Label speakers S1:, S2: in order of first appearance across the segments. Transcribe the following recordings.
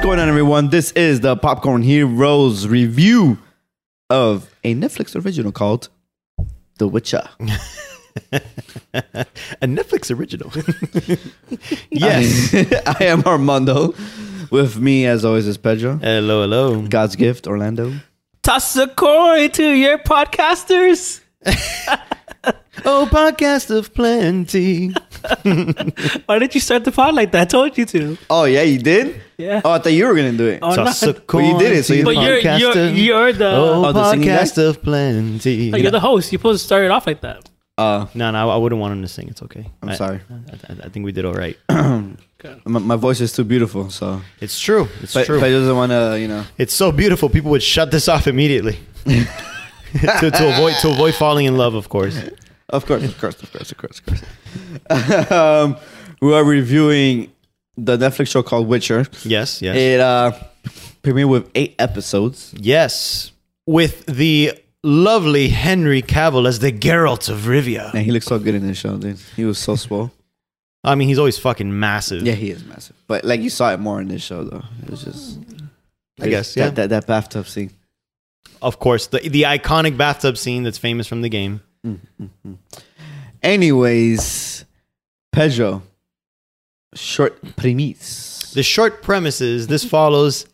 S1: everyone. This is the Popcorn Heroes review of a Netflix original called The Witcher.
S2: A Netflix original. yes.
S1: I am Armando. With me, as always, is Pedro.
S2: hello, hello.
S1: God's gift, Orlando.
S3: Toss a coin to your podcasters.
S2: Oh, podcast of plenty.
S3: Why did you start the pod like that? I told you to.
S1: Oh yeah, you did.
S3: Yeah.
S1: Oh, I thought you were gonna do it.
S3: Oh, no.
S2: Toss a
S1: Well, you did it, so you-
S2: coin to
S3: But you're, you're,
S2: podcaster.
S3: you're the
S2: Oh,
S1: Oh, the singing
S2: podcast of plenty.
S3: like, you're the host. You're supposed to start it off like that.
S1: Uh,
S2: no, no, I wouldn't want him to sing. It's okay.
S1: I'm
S2: I-
S1: sorry.
S2: I, I- I think we did all right.
S1: my, my voice is too beautiful, so
S2: It's true. It's
S1: Pe-
S2: true.
S1: Pedro doesn't want to, uh, you know.
S2: it's so beautiful. People would shut this off immediately to, to avoid to avoid falling in love, of course.
S1: Of course, of course, of course, of course, of course. um, we are reviewing the Netflix show called Witcher.
S2: Yes, yes,
S1: It uh, premiered with eight episodes.
S2: yes. With the lovely Henry Cavill as the Geralt of Rivia.
S1: And he looks so good in this show, dude. He was so swole.
S2: I mean, he's always fucking massive.
S1: Yeah, he is massive. But like you saw it more in this show, though. It was just,
S2: I guess,
S1: that-
S2: yeah.
S1: that, that bathtub scene.
S2: Of course, the the iconic bathtub scene that's famous from the game.
S1: Anyways, Pedro, short premise.
S2: The short premise is this follows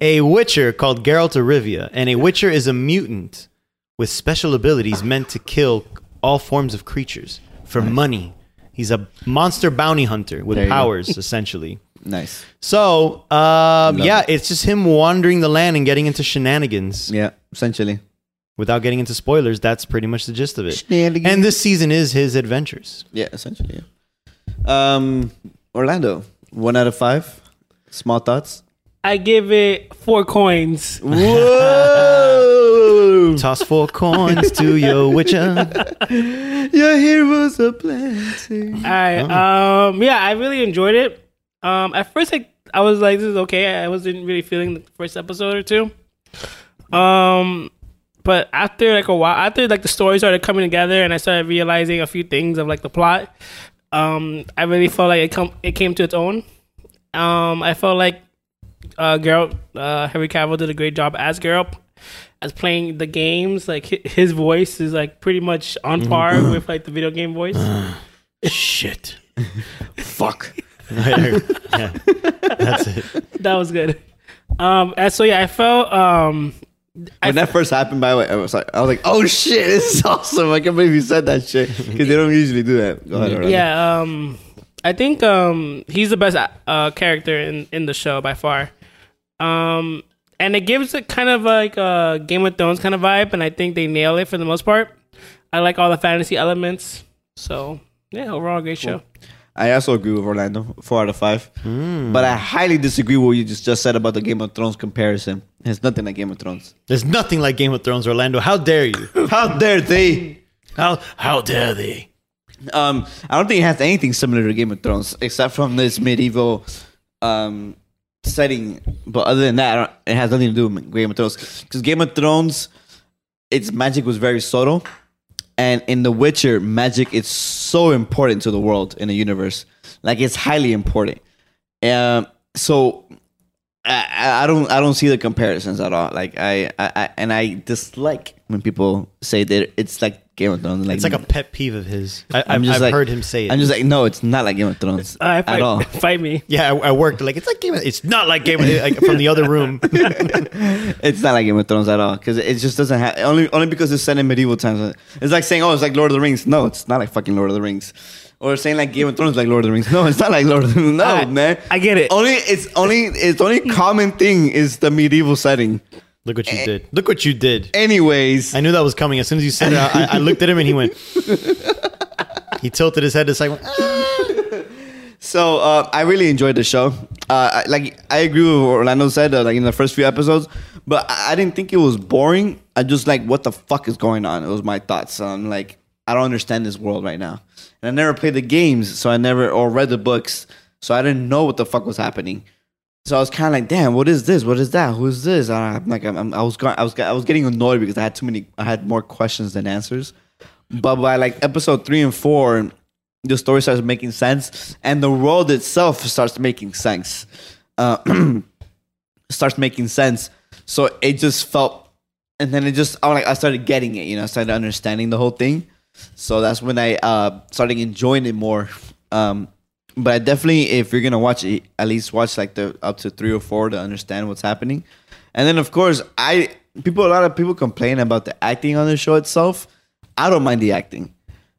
S2: a witcher called Geralt of Rivia, and a witcher is a mutant with special abilities meant to kill all forms of creatures for money. He's a monster bounty hunter
S1: There
S2: with
S1: you go.
S2: powers, essentially.
S1: Nice.
S2: So, um,
S1: Love
S2: yeah,
S1: it.
S2: it's just him wandering the land and getting into shenanigans.
S1: Yeah, essentially.
S2: Without getting into spoilers, that's pretty much the gist of it.
S1: Shenanigans.
S2: And this season is his adventures.
S1: Yeah, essentially. Yeah. Um, Orlando, one out of five. Small thoughts.
S3: I give it four coins.
S1: Whoa!
S2: Toss four coins to your witcher.
S1: Your heroes are plenty.
S3: All right. Um, yeah, I really enjoyed it. Um, at first, I, I was like, this is okay. I wasn't really feeling the first episode or two. Um, but after like a while, after like the story started coming together and I started realizing a few things of like the plot, um, I really felt like it come it came to its own. Um, I felt like uh, Geralt, uh, Henry Cavill did a great job as Geralt. As playing the games, like hi- his voice is like pretty much on par with like the video game voice.
S2: Shit.
S1: Fuck.
S2: yeah, that's it.
S3: that was good. Um, and so yeah, I felt um, I
S1: When that first happened, by the way, I was like, I was like, oh shit, this is awesome. I can't believe you said that shit because they don't usually do that. Go ahead, Orlando.
S3: yeah, um, I think um, he's the best uh, character in in the show by far. Um, and it gives it kind of like a Game of Thrones kind of vibe, and I think they nail it for the most part. I like all the fantasy elements, so yeah, overall great show.
S1: I also agree with Orlando, four out of five. But I highly disagree with what you just, just said about the Game of Thrones comparison. It's nothing like Game of Thrones.
S2: There's nothing like Game of Thrones, Orlando. How dare you?
S1: How dare they?
S2: How how dare they?
S1: Um, I don't think it has anything similar to Game of Thrones, except from this medieval um, setting. But other than that, I don't, it has nothing to do with Game of Thrones. Because Game of Thrones, its magic was very subtle, and in The Witcher, magic is so important to the world in the universe. Like it's highly important. Um, so I- I, I don't I don't see the comparisons at all. Like I, I, I and I dislike when people say that it's like Game of Thrones.
S2: It's like a pet peeve of his. I,
S1: I'm
S2: I've,
S1: just
S2: I've
S1: like-
S2: heard him say it. Uh,
S1: I'm just like, no, it's not like Game of Thrones
S3: All right,
S1: at
S3: Uh, fight,
S1: all.
S3: fight me.
S2: yeah, I, I worked like it's like Game. Of, it's not like Game of, like, from the other room.
S1: It's not like Game of Thrones at all because it just doesn't have only only because it's set in medieval times. It's like saying, oh, it's like Lord of the Rings. No, it's not like fucking Lord of the Rings. Or saying like Game of Thrones like Lord of the Rings. No, it's not like Lord of the Rings. No,
S3: I-
S1: man.
S3: I get it.
S1: Only it's only it's only common thing is the medieval setting.
S2: Look what you did. Look what you did.
S1: Anyways,
S2: I knew that was coming. As soon as you said it, I, I looked at him and he went. He tilted his head. It's like
S1: So uh, I really enjoyed the show. Uh, I, like I agree with what Orlando said, uh, like in the first few episodes, but I, I didn't think it was boring. I just like what the fuck is going on. It was my thoughts. I'm like I don't understand this world right now, and I never played the games, so I never or read the books, so I didn't know what the fuck was happening. So I was kind of like, damn, what is this? What is that? Who's this? I, I'm like, I'm, I'm- I was going, I was, I was getting annoyed because I had too many, I had more questions than answers. But by like episode three and four, the story starts making sense, and the world itself starts making sense. Uh, starts making sense. So it just felt, and then it just I like I started getting it, you know, I started understanding the whole thing. So that's when I uh, started enjoying it more. Um, but I definitely, if you're gonna watch it, at least watch like the up to three or four to understand what's happening. And then of course, I people a lot of people complain about the acting on the show itself. I don't mind the acting,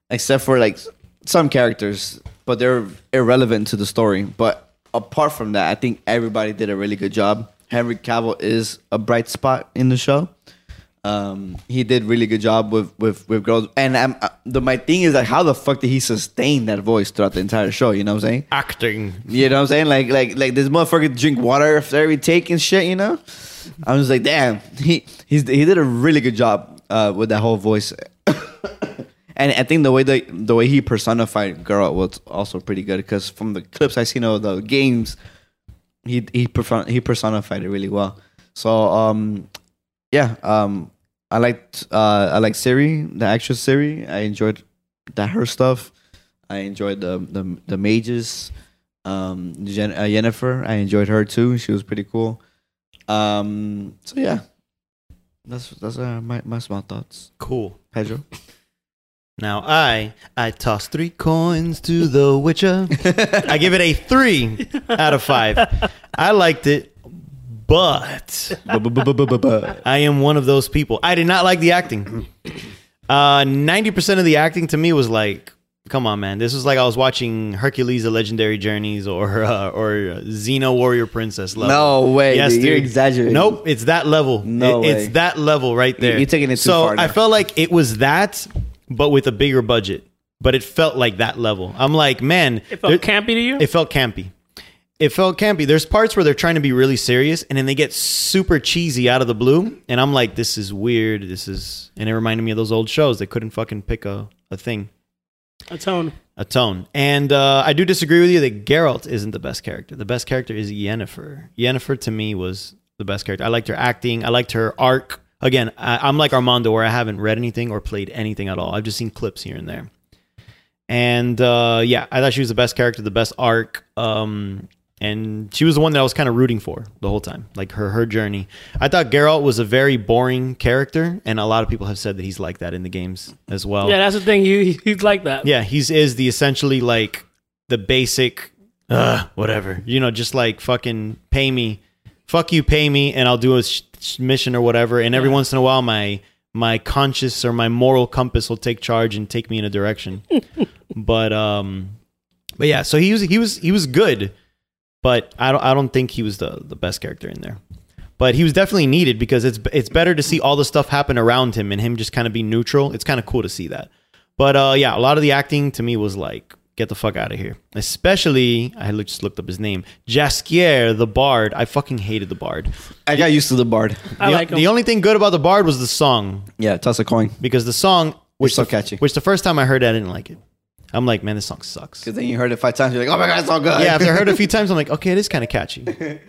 S1: except for like some characters, but they're irrelevant to the story. But apart from that, I think everybody did a really good job. Henry Cavill is a bright spot in the show. Um, he did really good job with with with girls. And I'm, uh, the my thing is like, how the fuck did he sustain that voice throughout the entire show? You know what I'm saying?
S2: Acting.
S1: You know what I'm saying? Like like like this motherfucker drink water after every take and shit. You know, I'm just like, damn, he he's he did a really good job uh, with that whole voice. and I think the way the the way he personified girl was also pretty good because from the clips I seen of the games, he he perfo- he personified it really well. So um, yeah, um, I liked uh, I liked Siri, the actress Siri. I enjoyed that her stuff. I enjoyed the the, the mages. Um, Jen- uh, Jennifer, I enjoyed her too. She was pretty cool. Um, so yeah, that's that's uh, my my small thoughts.
S2: Cool.
S1: Pedro,
S2: Now I I toss three coins to the Witcher. I give it a three out of five. I liked it, but I am one of those people. I did not like the acting. Uh, Ninety percent of the acting to me was like, come on, man. This was like I was watching Hercules: The Legendary Journeys or uh, or Xena Warrior Princess level.
S1: No way, dude. You're
S2: dude.
S1: exaggerating.
S2: Nope, it's that level.
S1: No
S2: It-
S1: way.
S2: it's that level right there.
S1: you're taking it too
S2: so
S1: far now.
S2: I felt like it was that, but with a bigger budget. But it felt like that level. I'm like, man,
S3: It felt
S2: there-
S3: campy to you?
S2: it felt campy. It felt campy. There's parts where they're trying to be really serious and then they get super cheesy out of the blue. And I'm like, this is weird. This is. And it reminded me of those old shows. They couldn't fucking pick a, a thing,
S3: a tone.
S2: a tone. And uh, I do disagree with you that Geralt isn't the best character. The best character is Yennefer. Yennefer to me was the best character. I liked her acting, I liked her arc. Again, I, I'm like Armando where I haven't read anything or played anything at all. I've just seen clips here and there and uh, yeah, I thought she was the best character, the best arc, um, and she was the one that I was kind of rooting for the whole time, like her her journey. I thought Geralt was a very boring character, and a lot of people have said that he's like that in the games as well.
S3: Yeah, that's the thing. He, he's like that.
S2: Oh. Yeah, he's is the essentially like the basic, uh, whatever. You know, just like fucking pay me, fuck you, pay me, and I'll do a sh- sh- mission or whatever. And every once in a while, my my conscience or my moral compass will take charge and take me in a direction. but um, but yeah, so he was he was he was good, but I don't I don't think he was the the best character in there. But he was definitely needed because it's it's better to see all the stuff happen around him and him just kind of be neutral. It's kind of cool to see that. But uh, yeah, a lot of the acting to me was like, get the fuck out of here. Especially, I look- just looked up his name, Jaskier the Bard. I fucking hated the Bard.
S1: I got used to the bard.
S3: I
S2: the,
S3: like him.
S2: the only thing good about the Bard was the song
S1: Yeah, toss a coin.
S2: because the song, which
S1: so
S2: the,
S1: catchy.
S2: which the first time I heard it, I didn't like it. I'm like, man, this song sucks.
S1: Because then you heard it five times, you're like, oh my god, it's all good.
S2: Yeah, after I heard it a few times, I'm like, okay, it is kind of catchy. And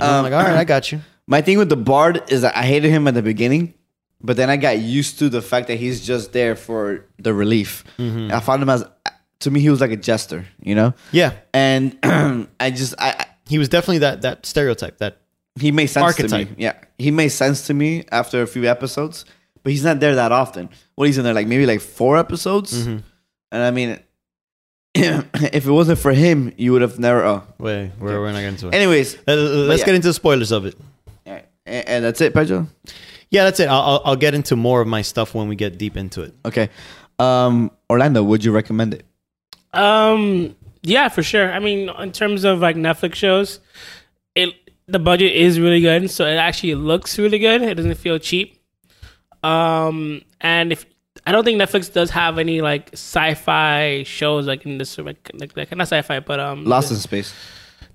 S2: I'm like, all right, I got you.
S1: My thing with the bard is that I hated him at the beginning, but then I got used to the fact that he's just there for the relief. I found him as, to me, he was like a jester, you know.
S2: Yeah,
S1: And I just, I, I
S2: he was definitely that that stereotype. That
S1: he made sense to
S2: Archetype.
S1: me. Yeah, he made sense to me after a few episodes, but he's not there that often. Well, he's in there like maybe like four episodes, and I mean, if it wasn't for him, you would have never. Oh.
S2: way we're, we're not getting to it.
S1: Anyways,
S2: Uh, let's
S1: yeah.
S2: get into the spoilers of it.
S1: and, and that's it, Pedro.
S2: Yeah, that's it. I'll, I'll, I'll get into more of my stuff when we get deep into it.
S1: Okay, um, Orlando, would you recommend it?
S3: Um, yeah, for sure. I mean, in terms of like Netflix shows, it the budget is really good, so it actually looks really good. It doesn't feel cheap. Um, and if I don't think Netflix does have any like sci-fi shows like in this like, like, like not sci-fi, but um,
S1: Lost in Space.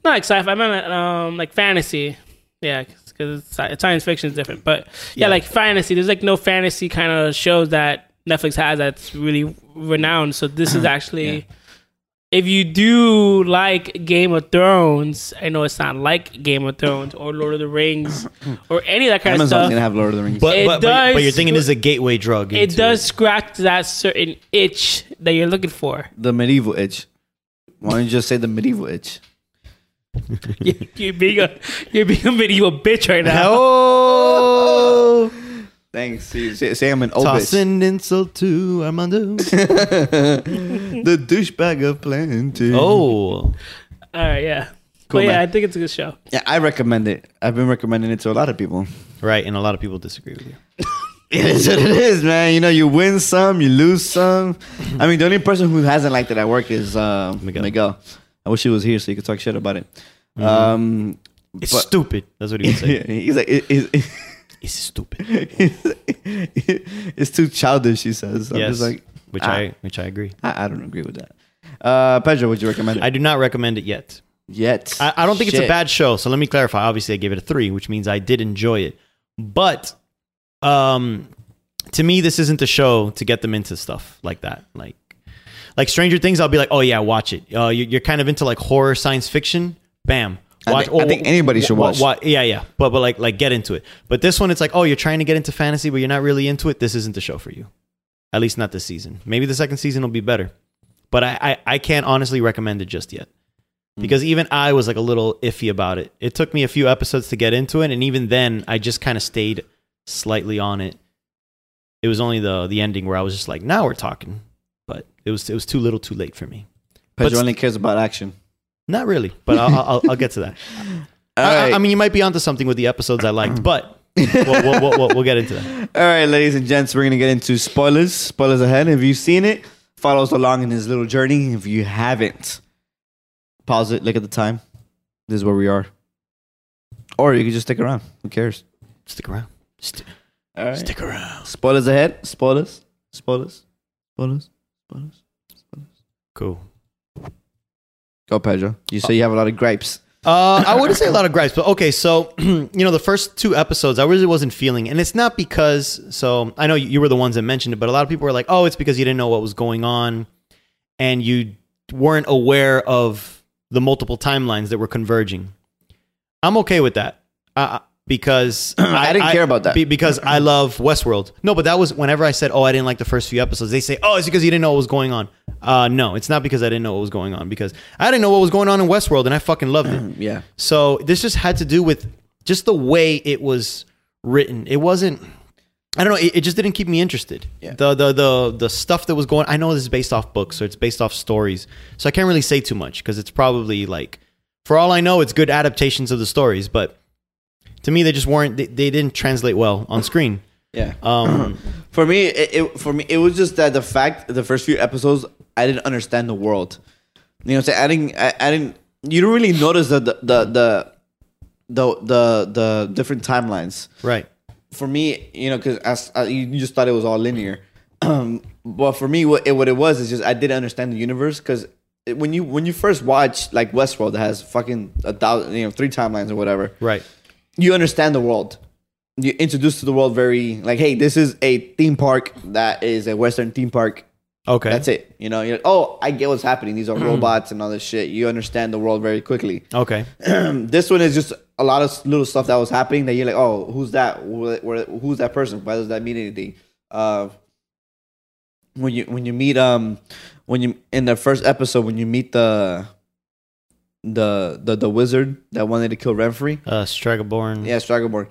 S3: not like sci-fi. I meant um, like fantasy. Yeah, because science fiction is different. But
S2: Yeah.
S3: yeah, like fantasy. There's like no fantasy kind of shows that Netflix has that's really renowned. So this is actually, if you do like Game of Thrones, I know it's not like Game of Thrones or Lord of the Rings or any of that kind of
S1: Amazon's
S3: stuff.
S1: gonna have Lord of the Rings.
S2: But
S3: It
S2: but, but, but
S3: does-
S2: you're thinking this is a gateway drug.
S3: it
S2: into
S3: does scratch that certain itch that you're looking for.
S1: the medieval itch. Why don't you just say the medieval itch?
S3: you, you're being a you're being a medieval bitch right now.
S2: Oh,
S1: Thanks. See, say, say I'm an old bitch.
S2: tossing insult to Armando.
S1: The douchebag of plenty.
S2: oh,
S3: All right, yeah.
S1: Cool,
S3: but yeah,
S1: man.
S3: I think it's a good show.
S1: Yeah, I recommend it. I've been recommending it to a lot of people.
S2: right. And a lot of people disagree with you.
S1: It is what it is, man. You know, you win some, you lose some. I mean, the only person who hasn't liked it at work is uh,
S2: Miguel.
S1: Miguel. I wish he was here so he could talk shit about it. Um,
S2: It's
S1: but-
S2: stupid. That's what he would say.
S1: he's like, it, it,
S2: it's stupid.
S1: it's too childish. He says, I'm
S2: yes,
S1: just like,
S2: which
S1: ah,
S2: I which I agree.
S1: I, I don't agree with that. Uh, Pedro, would you recommend it?
S2: I do not recommend it yet.
S1: Yet,
S2: I, I don't think it's a
S1: Shit.
S2: bad show. So let me clarify. Obviously, I gave it a three, which means I did enjoy it. But um, to me, this isn't the show to get them into stuff like that. Like, like Stranger Things, I'll be like, oh yeah, watch it. Uh, you, you're kind of into like horror science fiction. Bam. oh,
S1: I think- I think anybody should
S2: wa-
S1: watch.
S2: wa- yeah, yeah. But but like like get into it. But this one, it's like, oh, you're trying to get into fantasy, but you're not really into it. This isn't the show for you. At least not this season. Maybe the second season will be better. But I, I, I can't honestly recommend it just yet
S1: Hmm.
S2: because even I was like a little iffy about it. It took me a few episodes to get into it, and even then, I just kind of stayed slightly on it. It was only the the ending where I was just like, "Now we're talking," but it was it was too little, too late for me.
S1: Pedro
S2: but-
S1: only cares about action.
S2: Not really, but I'll I'll, I'll get to that. I, I- I mean, you might be onto something with the episodes I liked, but we'll, we'll, we'll, we'll, we'll get into that.
S1: All right, ladies and gents, we're gonna get into spoilers. Spoilers ahead. If you've seen it, follow us along in his little journey. If you haven't, pause it. Look at the time. This is where we are. Or you can just stick around. Who cares?
S2: Stick around. St-
S1: All right.
S2: Stick around.
S1: Spoilers ahead. Spoilers. Spoilers. Spoilers. Spoilers.
S2: Cool.
S1: Go, Pedro. You say you have a lot of gripes.
S2: Uh, I wouldn't say a lot of gripes, but okay. So, you know, the first two episodes, I really wasn't feeling, and it's not because. So, I know you you were the ones that mentioned it, but a lot of people were like, "Oh, it's because you didn't know what was going on, and you weren't aware of the multiple timelines that were converging." I'm okay with that uh, because
S1: I didn't care about that.
S2: be- because I love Westworld. No, but that was whenever I said, "Oh, I didn't like the first few episodes." They say, "Oh, it's because you didn't know what was going on." Uh, no, it's not because I didn't know what was going on because I didn't know what was going on in Westworld, and I fucking loved it.
S1: Yeah.
S2: So this just had to do with just the way it was written. It wasn't. I don't know. It, it just didn't keep me interested.
S1: Yeah.
S2: The the the the stuff that was going. I know this is based off books, so it's based off stories. So I can't really say too much because it's probably like, for all I know, it's good adaptations of the stories. But to me, they just weren't. They, they didn't translate well on screen.
S1: Yeah.
S2: Um,
S1: For me, it, it for me it was just that the fact the first few episodes I didn't understand the world. You know, what I'm saying I didn't, I, I didn't. You don't really notice the the the the the, the, the different timelines.
S2: right.
S1: For me, you know, because I, you just thought it was all linear. Um, but for me, what it, what it was is just I didn't understand the universe because when you when you first watch like Westworld that has fucking a thousand you know three timelines or whatever
S2: Right.
S1: you understand the world. You introduced to the world very like, hey, this is a theme park that is a Western theme park.
S2: Okay.
S1: That's it. You know, you're like, oh, I get what's happening. These are robots and all this shit. You understand the world very quickly.
S2: Okay.
S1: this one is just a lot of s- little stuff that was happening that you're like, oh, who's that? Where, where, who's that person? Why does that mean anything? Uh, when you when you meet um when you in the first episode when you meet the the the the wizard that wanted to kill Renfrey,
S2: Uh, Stragaborn.
S1: yeah, Stragaborn.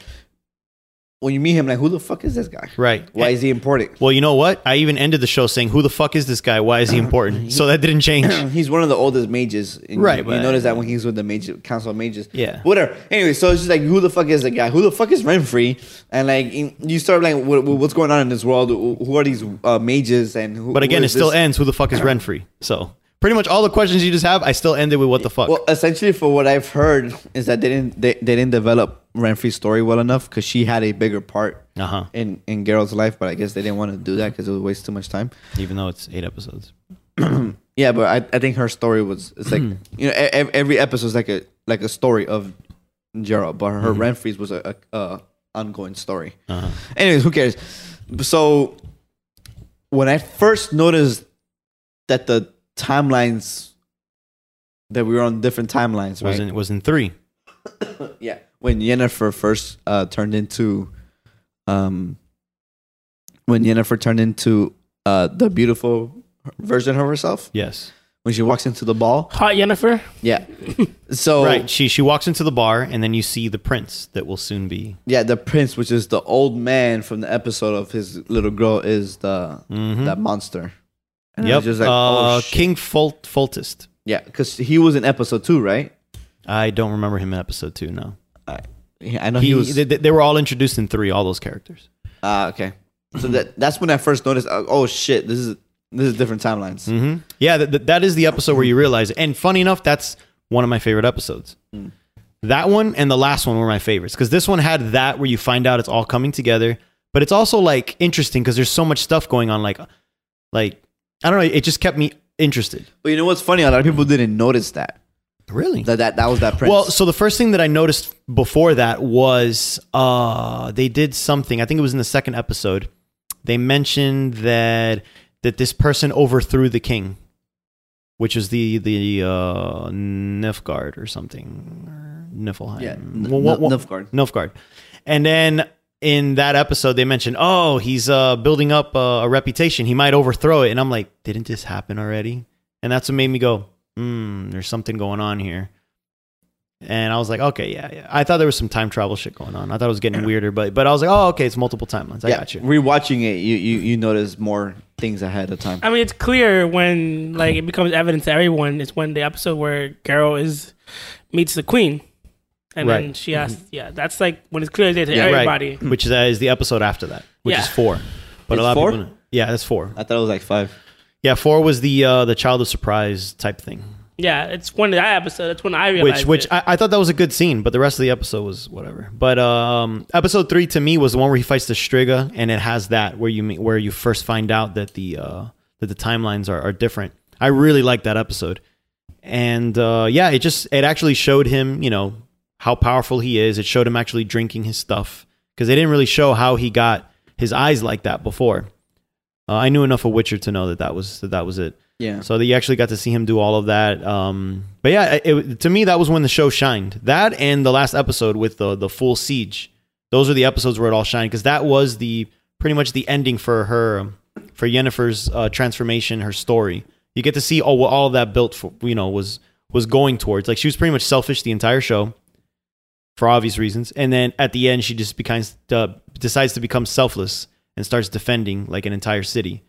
S1: When you meet him, like, who the fuck is this guy?
S2: Right.
S1: Why is he important?
S2: Well, you know what? I even ended the show saying, "Who the fuck is this guy? Why is he important?" So that didn't change.
S1: He's one of the oldest mages. and
S2: Right,
S1: You,
S2: but-
S1: you notice that when he's with the mage, council of mages.
S2: Yeah.
S1: Whatever. Anyway, so it's just like, who the fuck is the guy? Who the fuck is Renfrey? And like, in- you start like, what, what's going on in this world? Who who are these uh, mages? And who,
S2: But again,
S1: who
S2: it
S1: is
S2: still
S1: this?
S2: ends. Who the fuck is Renfrey? So pretty much all the questions you just have, I still ended with what the fuck.
S1: Well, essentially, for what I've heard is that they didn't they, they didn't develop Renfrey's story well enough because she had a bigger part
S2: Uh-huh.
S1: in in Geralt's life, but I guess they didn't want to do that because it would waste too much time.
S2: Even though it's eight episodes.
S1: Yeah, but I, I think her story was it's like you know e- ev- every episode is like a like a story of Gerald, but her Renfrey's was a, a, a ongoing story.
S2: Uh-huh.
S1: Anyways, who cares? So when I first noticed that the timelines that we were on different timelines,
S2: Was
S1: right?
S2: in was in three.
S1: yeah, when Yennefer first uh, turned into, um, when Yennefer turned into uh, the beautiful version of herself
S2: Yes.
S1: when she walks into the ball.
S3: Hot Yennefer.
S1: Yeah. So
S2: Right. She she walks into the bar and then you see the prince that will soon be.
S1: yeah, the prince, which is the old man from the episode of his little girl, is the that monster. And I
S2: Hmm? Mm-hmm. Yep.
S1: was just like,
S2: uh,
S1: oh, shit.
S2: King Fult Fultist.
S1: yeah, because he was in episode two, right?
S2: I don't remember him in episode two. No,
S1: I, I know
S2: Uh, he,
S1: he, was.
S2: They, they were all introduced in three. All those characters.
S1: Ah, okay.
S2: Mm-hmm.
S1: So that that's when I first noticed. uh, Oh shit, this is this is different timelines.
S2: hmm Yeah, th- th- that is the episode where you realize. And funny enough, that's one of my favorite episodes. That one and the last one were my favorites because this one had that where you find out it's all coming together, but it's also like interesting because there's so much stuff going on. Like, like I don't know, it just kept me interested.
S1: But you know what's funny? A lot of people didn't notice that
S2: Really?
S1: that that, that was that prince.
S2: Well, so the first thing that I noticed before that was uh they did something. I think it was in the second episode. They mentioned that that this person overthrew the king, which was the the uh Nifgard or something. or Niflheim.
S1: yeah, N-
S2: Mm-hmm. Well, what-
S1: N-
S2: what-
S1: Nilfgaard.
S2: Nilfgaard. And then in that episode, they mentioned, oh, he's uh, building up a, a reputation. He might overthrow it. And I'm like, didn't this happen already? And that's what made me go, hmm, there's something going on here. And I was like, okay, yeah, yeah. I thought there was some time travel shit going on. I thought it was getting weirder, but but I was like, oh, okay, it's multiple timelines. I
S1: Yeah,
S2: got you.
S1: rewatching it, you, you you notice more things ahead of time.
S3: I mean, it's clear when like it becomes evident to everyone. It's when the episode where Carol is meets the queen, and then
S2: Right. Mm-hmm.
S3: she asks. Yeah, that's like when it's clear as day to
S1: Yeah,
S3: everybody.
S2: Right. Which is, uh, is the episode after that, which
S3: Yeah.
S2: is four. But
S1: It's
S2: a lot
S1: four?
S2: of people, yeah, that's four.
S1: I thought it was like five.
S2: Yeah, four was the uh, the child of surprise type thing.
S3: Yeah, it's when that episode. That's when I realized.
S2: which which
S3: it.
S2: I, I thought that was a good scene, but the rest of the episode was whatever. But um, episode three to me was the one where he fights the Striga, and it has that where you meet, where you first find out that the uh, that the timelines are, are different. I really liked that episode, and uh, yeah, it just it actually showed him you know how powerful he is. It showed him actually drinking his stuff because they didn't really show how he got his eyes like that before. Uh, I knew enough of Witcher to know that that was that, that was it.
S1: Yeah.
S2: So that you actually got to see him do all of that. Um, but yeah, it, to me, that was when the show shined. That and the last episode with the the full siege. Those are the episodes where it all shined because that was the pretty much the ending for her, um, for Yennefer's uh, transformation, her story. You get to see all what all of that built for. You know, was was going towards. Like she was pretty much selfish the entire show, for obvious reasons. And then at the end, she just becomes uh, decides to become selfless and starts defending like an entire city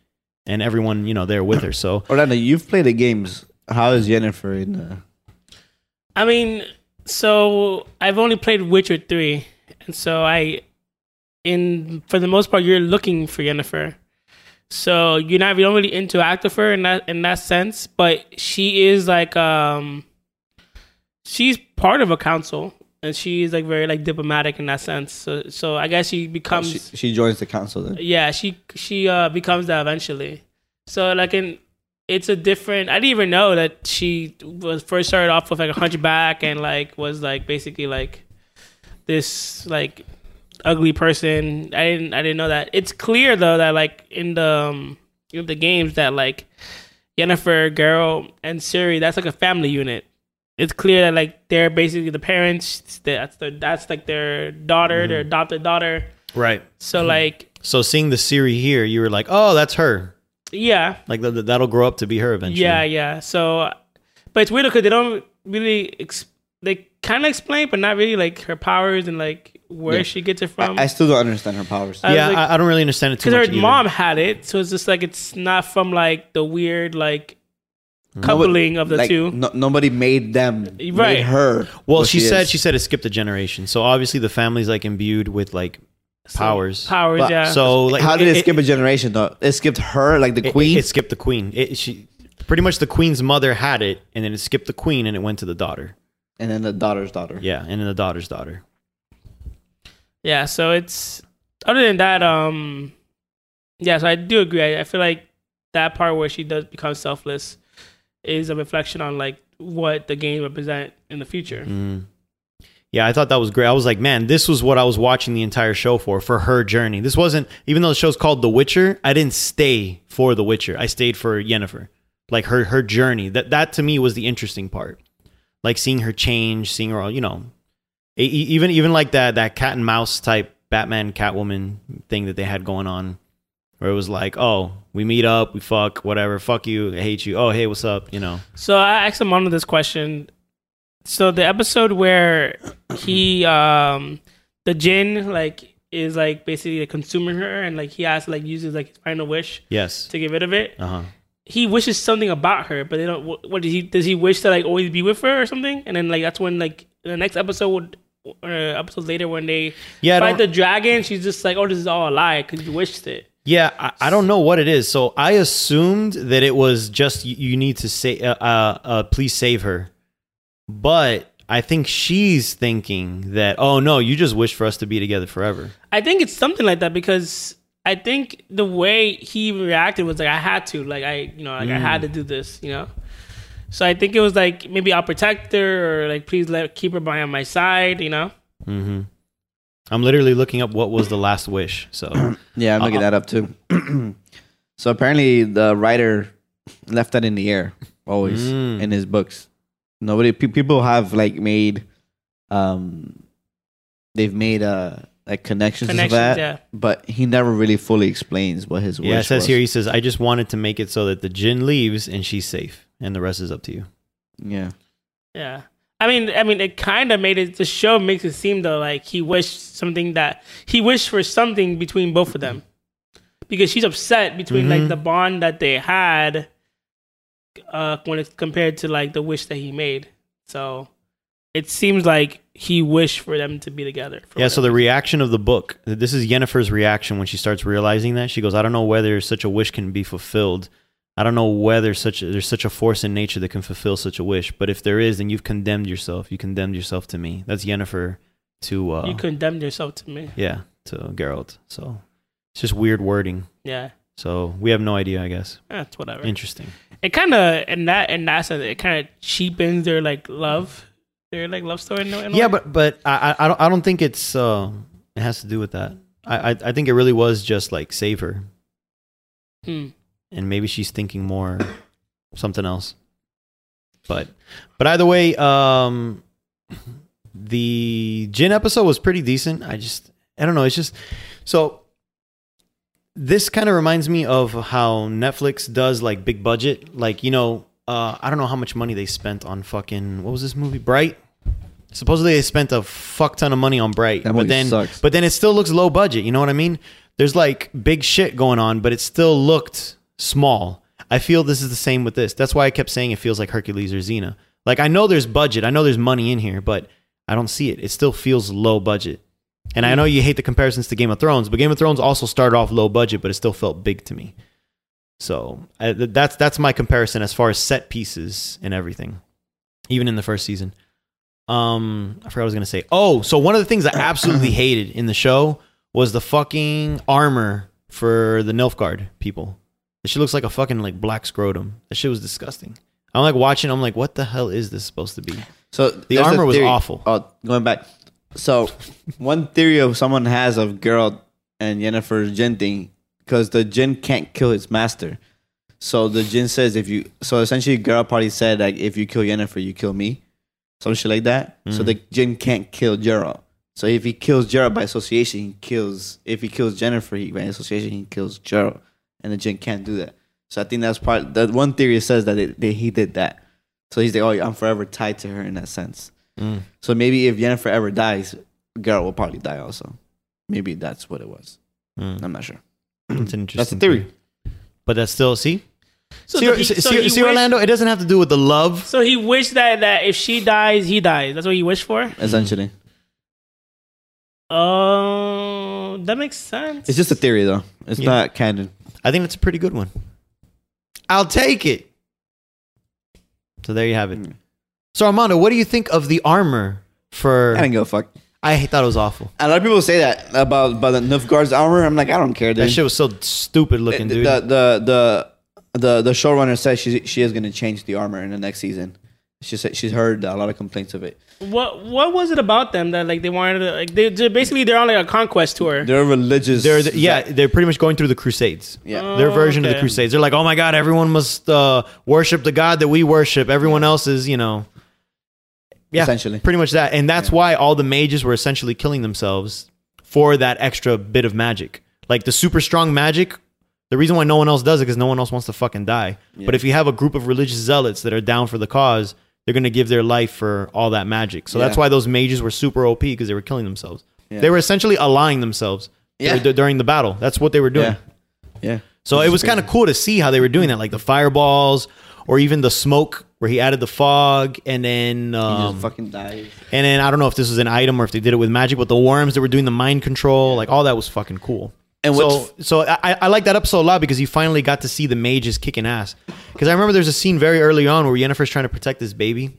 S2: and everyone you know there with her. So
S1: Orlando, you've played the games. How is Jennifer in? Uh,
S3: I mean, so I've only played Witcher three, and so I, in for the most part, you're looking for Yennefer. So you're not you don't really interact with her in that in that sense, but she is like um, she's part of a council, and she's like very like diplomatic in that sense. So so I guess she becomes
S1: Oh, she, she joins the council then.
S3: yeah she she uh becomes that eventually so like in it's a different i didn't even know that she was first started off with like a hunchback and like was like basically like this like ugly person i didn't i didn't know that it's clear though that like in the um, in the games that like Yennefer, Geralt, and Siri, that's like a family unit. It's clear that like they're basically the parents. That's their that's like their daughter, their adopted daughter.
S2: Right.
S3: So like
S2: So seeing the Siri here, you were like, oh, that's her.
S3: Yeah,
S2: Like th- th- that'll grow up to be her eventually.
S3: yeah, yeah. So, but it's weird because they don't really ex- they kind of explain, but not really like her powers and like where
S1: Yeah.
S3: she gets it from.
S1: I, I still don't understand her powers.
S3: I was
S2: yeah.
S3: like-
S2: I, I don't really understand it too
S3: Because
S2: much.
S3: her
S2: either.
S3: mom had it, so it's just like it's not from like the weird like coupling of the
S1: like,
S3: two.
S1: no- nobody made them.
S3: Right.
S1: Made her.
S2: Well,
S1: what
S2: she, said
S1: is.
S2: she said it skipped a generation, so obviously the family's like imbued with like
S3: So-
S2: powers.
S3: powers,
S1: But-
S3: yeah.
S2: So like,
S1: How did it,
S2: it-
S1: skip a generation though? It skipped her, like the
S2: it-
S1: queen.
S2: It, skipped the queen. It, she pretty much the queen's mother had it, and then it skipped the queen, and it went to the daughter.
S1: and then the daughter's daughter.
S2: Yeah, and then the daughter's daughter.
S3: yeah so it's other than that um yeah so i do agree I, I feel like that part where she does become selfless is a reflection on like what the game represent in the future
S2: Mm. Yeah, I thought that was great. I was like, man, this was what I was watching the entire show for, for her journey. This wasn't, even though the show's called The Witcher, I didn't stay for The Witcher. I stayed for Yennefer, like her her journey. That that to me was the interesting part, like seeing her change, seeing her, all you know, e- e- even even like that that cat and mouse type Batman Catwoman thing that they had going on, where it was like, oh, We meet up, we fuck, whatever. Fuck you, I hate you. Oh, hey, what's up? You know,
S3: So I asked Amano this question. So the episode where he um the Jin like is like basically like, consuming her and like he has like uses like his final wish
S2: yes.
S3: to get rid of it.
S2: Uh huh.
S3: He wishes something about her, but they don't. wh- What does he? Does he wish to like always be with her or something? And then like that's when like the next episode would. Or episodes later, when they
S2: Yeah, I
S3: fight
S2: don't-
S3: the dragon, she's just like, "Oh, this is all a lie because you wished it."
S2: Yeah, I, I don't know what it is. So I assumed that it was just you, you need to say, uh, uh, uh, please save her. But I think she's thinking that, oh no, you just wish for us to be together forever.
S3: I think it's something like that because I think the way he reacted was like I had to, like I, you know, like I had to do this, you know. So I think it was like maybe I'll protect her or like please let keep her behind my side, you know.
S2: hmm I'm literally looking up what was the last wish. So
S1: Yeah, I'm
S2: Uh-huh.
S1: looking that up too. so apparently, the writer left that in the air always
S2: Mm.
S1: in his books. Nobody, pe- people have like made, um, they've made uh like connections, to
S3: Connections,
S1: that,
S3: yeah.
S1: but he never really fully explains what his
S2: yeah, it
S1: wish
S2: says
S1: was.
S2: here he says, I just wanted to make it so that the Jin leaves and she's safe, and the rest is up to you.
S1: yeah,
S3: Yeah. I mean, I mean, it kind of made it. The show makes it seem though like he wished something that he wished for something between both of them, because she's upset between like
S2: Mhm.
S3: the bond that they had, uh, when it's compared to like the wish that he made. So, it seems like he wished for them to be together. for
S2: Yeah, so the
S3: whatever.
S2: reaction of the book, this is Yennefer's reaction when she starts realizing that. She goes, I don't know whether such a wish can be fulfilled. I don't know whether such there's such a force in nature that can fulfill such a wish. But if there is, then you've condemned yourself. You condemned yourself to me. That's Yennefer to uh
S3: you condemned yourself to me.
S2: yeah, to Geralt. So it's just weird wording.
S3: Yeah,
S2: So we have no idea, I guess.
S3: that's whatever.
S2: Interesting.
S3: it kind of in that in that sense, it kind of cheapens their like love, their like love story. In, a- in a
S2: Yeah,
S3: way.
S2: but but I I- I don't I don't think it's uh it has to do with that. I I, I think it really was just like save her.
S3: Hmm.
S2: and maybe she's thinking more something else. But but either way, um the Jin episode was pretty decent. I just I don't know, it's just so this kind of reminds me of how Netflix does like big budget, like you know, uh I don't know how much money they spent on fucking what was this movie? Bright? Supposedly they spent a fuck ton of money on Bright,
S1: That
S2: but
S1: movie
S2: then
S1: sucks.
S2: but then it still looks low budget. You know what I mean? There's like big shit going on, but it still looked small. I feel this is the same with this. That's why I kept saying it feels like Hercules or Xena. Like I know there's budget, I know there's money in here, but I don't see it. It still feels low budget. And I know you hate the comparisons to Game of Thrones, but Game of Thrones also started off low budget, but it still felt big to me. So I, th- that's that's my comparison as far as set pieces and everything, even in the first season. Um, I forgot what I was gonna say. Oh, so one of the things I absolutely hated in the show was the fucking armor for the Nilfgaard people. That shit looks like a fucking like black scrotum. That shit was disgusting. I'm like watching. I'm like, what the hell is this supposed to be?
S1: So there's a
S2: armor was
S1: theory-
S2: awful.
S1: Oh, going back. So one theory of someone has of Geralt and Yennefer's Jin thing because the Jin can't kill his master. So the Jin says if you so essentially Geralt probably said like if you kill Yennefer you kill me, some shit like that.
S2: Mm-hmm.
S1: So the Jin can't kill Geralt. So if he kills Geralt by association, he kills. If he kills Jennifer he, by association, he kills Geralt, and the Jin can't do that. So I think that's part. That one theory says that, it, that he did that. So he's like, oh, I'm forever tied to her in that sense.
S2: Mm.
S1: So maybe if Yennefer ever dies, Geralt will probably die also. Maybe that's what it was.
S2: Mm.
S1: I'm not sure.
S2: It's an interesting.
S1: That's the theory.
S2: But that's still see.
S3: So
S2: see,
S3: the-
S2: see,
S3: so
S2: see-
S3: he
S2: see,
S3: wished-
S2: Orlando. It doesn't have to do with the love.
S3: So he wished that that if she dies, he dies. That's what he wished for.
S1: Essentially,
S3: Oh, that makes sense.
S1: it's just a theory though. It's
S2: Yeah.
S1: not canon.
S2: I think that's a pretty good one. I'll take it. So there you have it.
S1: Mm.
S2: So Armando, what do you think of the armor for?
S1: I didn't give a fuck.
S2: I thought it was awful.
S1: A lot of people say that about about the Nilfgaard's armor. I'm like, I don't care. Dude.
S2: That shit was so stupid looking,
S1: the,
S2: dude.
S1: the the the the the showrunner says she she is going to change the armor in the next season. She said she's heard a lot of complaints of it.
S3: what What was it about them that like they wanted to like they they're basically they're on like a conquest tour?
S1: They're religious.
S2: they're the- yeah, they're pretty much going through the Crusades.
S1: yeah. Oh,
S2: Their version of the
S3: okay.
S2: Crusades. They're like, oh my God, everyone must uh, worship the God that we worship. Everyone else is, you know, yeah,
S1: Essentially.
S2: pretty much that. And that's why all the mages were essentially killing themselves for that extra bit of magic. Like the super strong magic The reason why no one else does it because no one else wants to fucking die. But if you have a group of religious zealots that are down for the cause, they're gonna give their life for all that magic. So that's
S1: Yeah.
S2: why those mages were super OP because they were killing themselves.
S1: Yeah.
S2: They were essentially allying themselves
S1: Yeah.
S2: dur- during the battle. That's what they were doing.
S1: Yeah. Yeah.
S2: So it was kind of cool to see how they were doing that, like the fireballs or even the smoke where he added the fog, and then
S1: He
S2: um,
S1: just fucking dies.
S2: and then I don't know if this was an item or if they did it with magic, but the worms that were doing the mind control, like all that was fucking cool.
S1: And
S2: so,
S1: what's-
S2: so I, I like that episode a lot because you finally got to see the mages kicking ass. Because I remember there's a scene very early on where Yennefer's trying to protect this baby,